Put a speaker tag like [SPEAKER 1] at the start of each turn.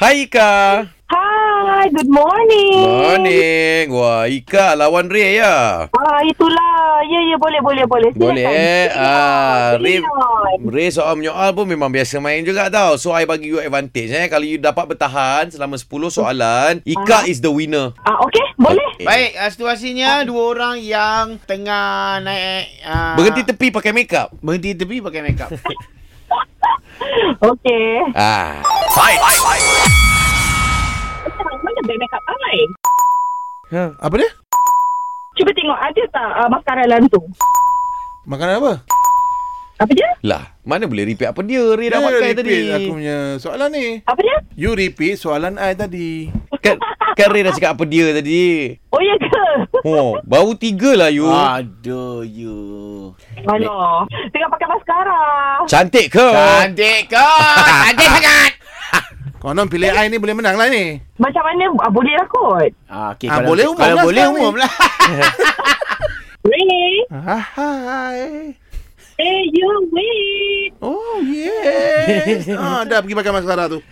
[SPEAKER 1] Hai Ika.
[SPEAKER 2] Hai, good morning.
[SPEAKER 1] Morning. Wah, Ika lawan Ray ya.
[SPEAKER 2] Ah, itulah. Ya, ya, boleh, boleh, boleh. Silakan.
[SPEAKER 1] Boleh eh.
[SPEAKER 2] Silakan.
[SPEAKER 1] Ah, Ray,
[SPEAKER 2] Silakan.
[SPEAKER 1] Ray soal menyoal pun memang biasa main juga tau. So, I bagi you advantage eh. Kalau you dapat bertahan selama 10 soalan, Ika is the winner.
[SPEAKER 2] Ah, okey, boleh.
[SPEAKER 1] Okay.
[SPEAKER 3] Baik, uh, situasinya dua orang yang tengah naik uh,
[SPEAKER 1] Berhenti tepi pakai makeup.
[SPEAKER 3] berhenti tepi pakai makeup.
[SPEAKER 2] Okey.
[SPEAKER 1] Ah.
[SPEAKER 2] Macam mana beli makeup online?
[SPEAKER 4] Apa dia?
[SPEAKER 2] Cuba tengok ada tak uh, maskara tu.
[SPEAKER 4] Makanan apa?
[SPEAKER 2] Apa dia?
[SPEAKER 1] Lah, mana boleh repeat apa dia Ray dah
[SPEAKER 4] Dia
[SPEAKER 1] pakai
[SPEAKER 4] Ya, repeat
[SPEAKER 1] tadi.
[SPEAKER 4] Aku punya soalan ni.
[SPEAKER 2] Apa dia?
[SPEAKER 4] You repeat soalan I tadi.
[SPEAKER 1] Kan, kan Ray dah cakap apa dia tadi.
[SPEAKER 2] Oh, ya ke?
[SPEAKER 1] Oh, baru tiga lah you.
[SPEAKER 4] Ah.
[SPEAKER 3] Aduh, you.
[SPEAKER 2] Alah. Tengah pakai maskara.
[SPEAKER 1] Cantik ke?
[SPEAKER 3] Oh. Cantik kot. Cantik sangat.
[SPEAKER 4] Konon pilih I ni boleh menang lah ni.
[SPEAKER 2] Macam mana ah, boleh lah kot?
[SPEAKER 3] Ah,
[SPEAKER 1] Eh,
[SPEAKER 3] okay,
[SPEAKER 4] Ah, boleh umum
[SPEAKER 3] kalau
[SPEAKER 4] lah
[SPEAKER 3] boleh
[SPEAKER 4] sekarang ni.
[SPEAKER 3] umum lah.
[SPEAKER 2] Ray,
[SPEAKER 4] Ah, Hai.
[SPEAKER 2] hey, you win.
[SPEAKER 4] Oh yes. ah, dah pergi pakai maskara tu.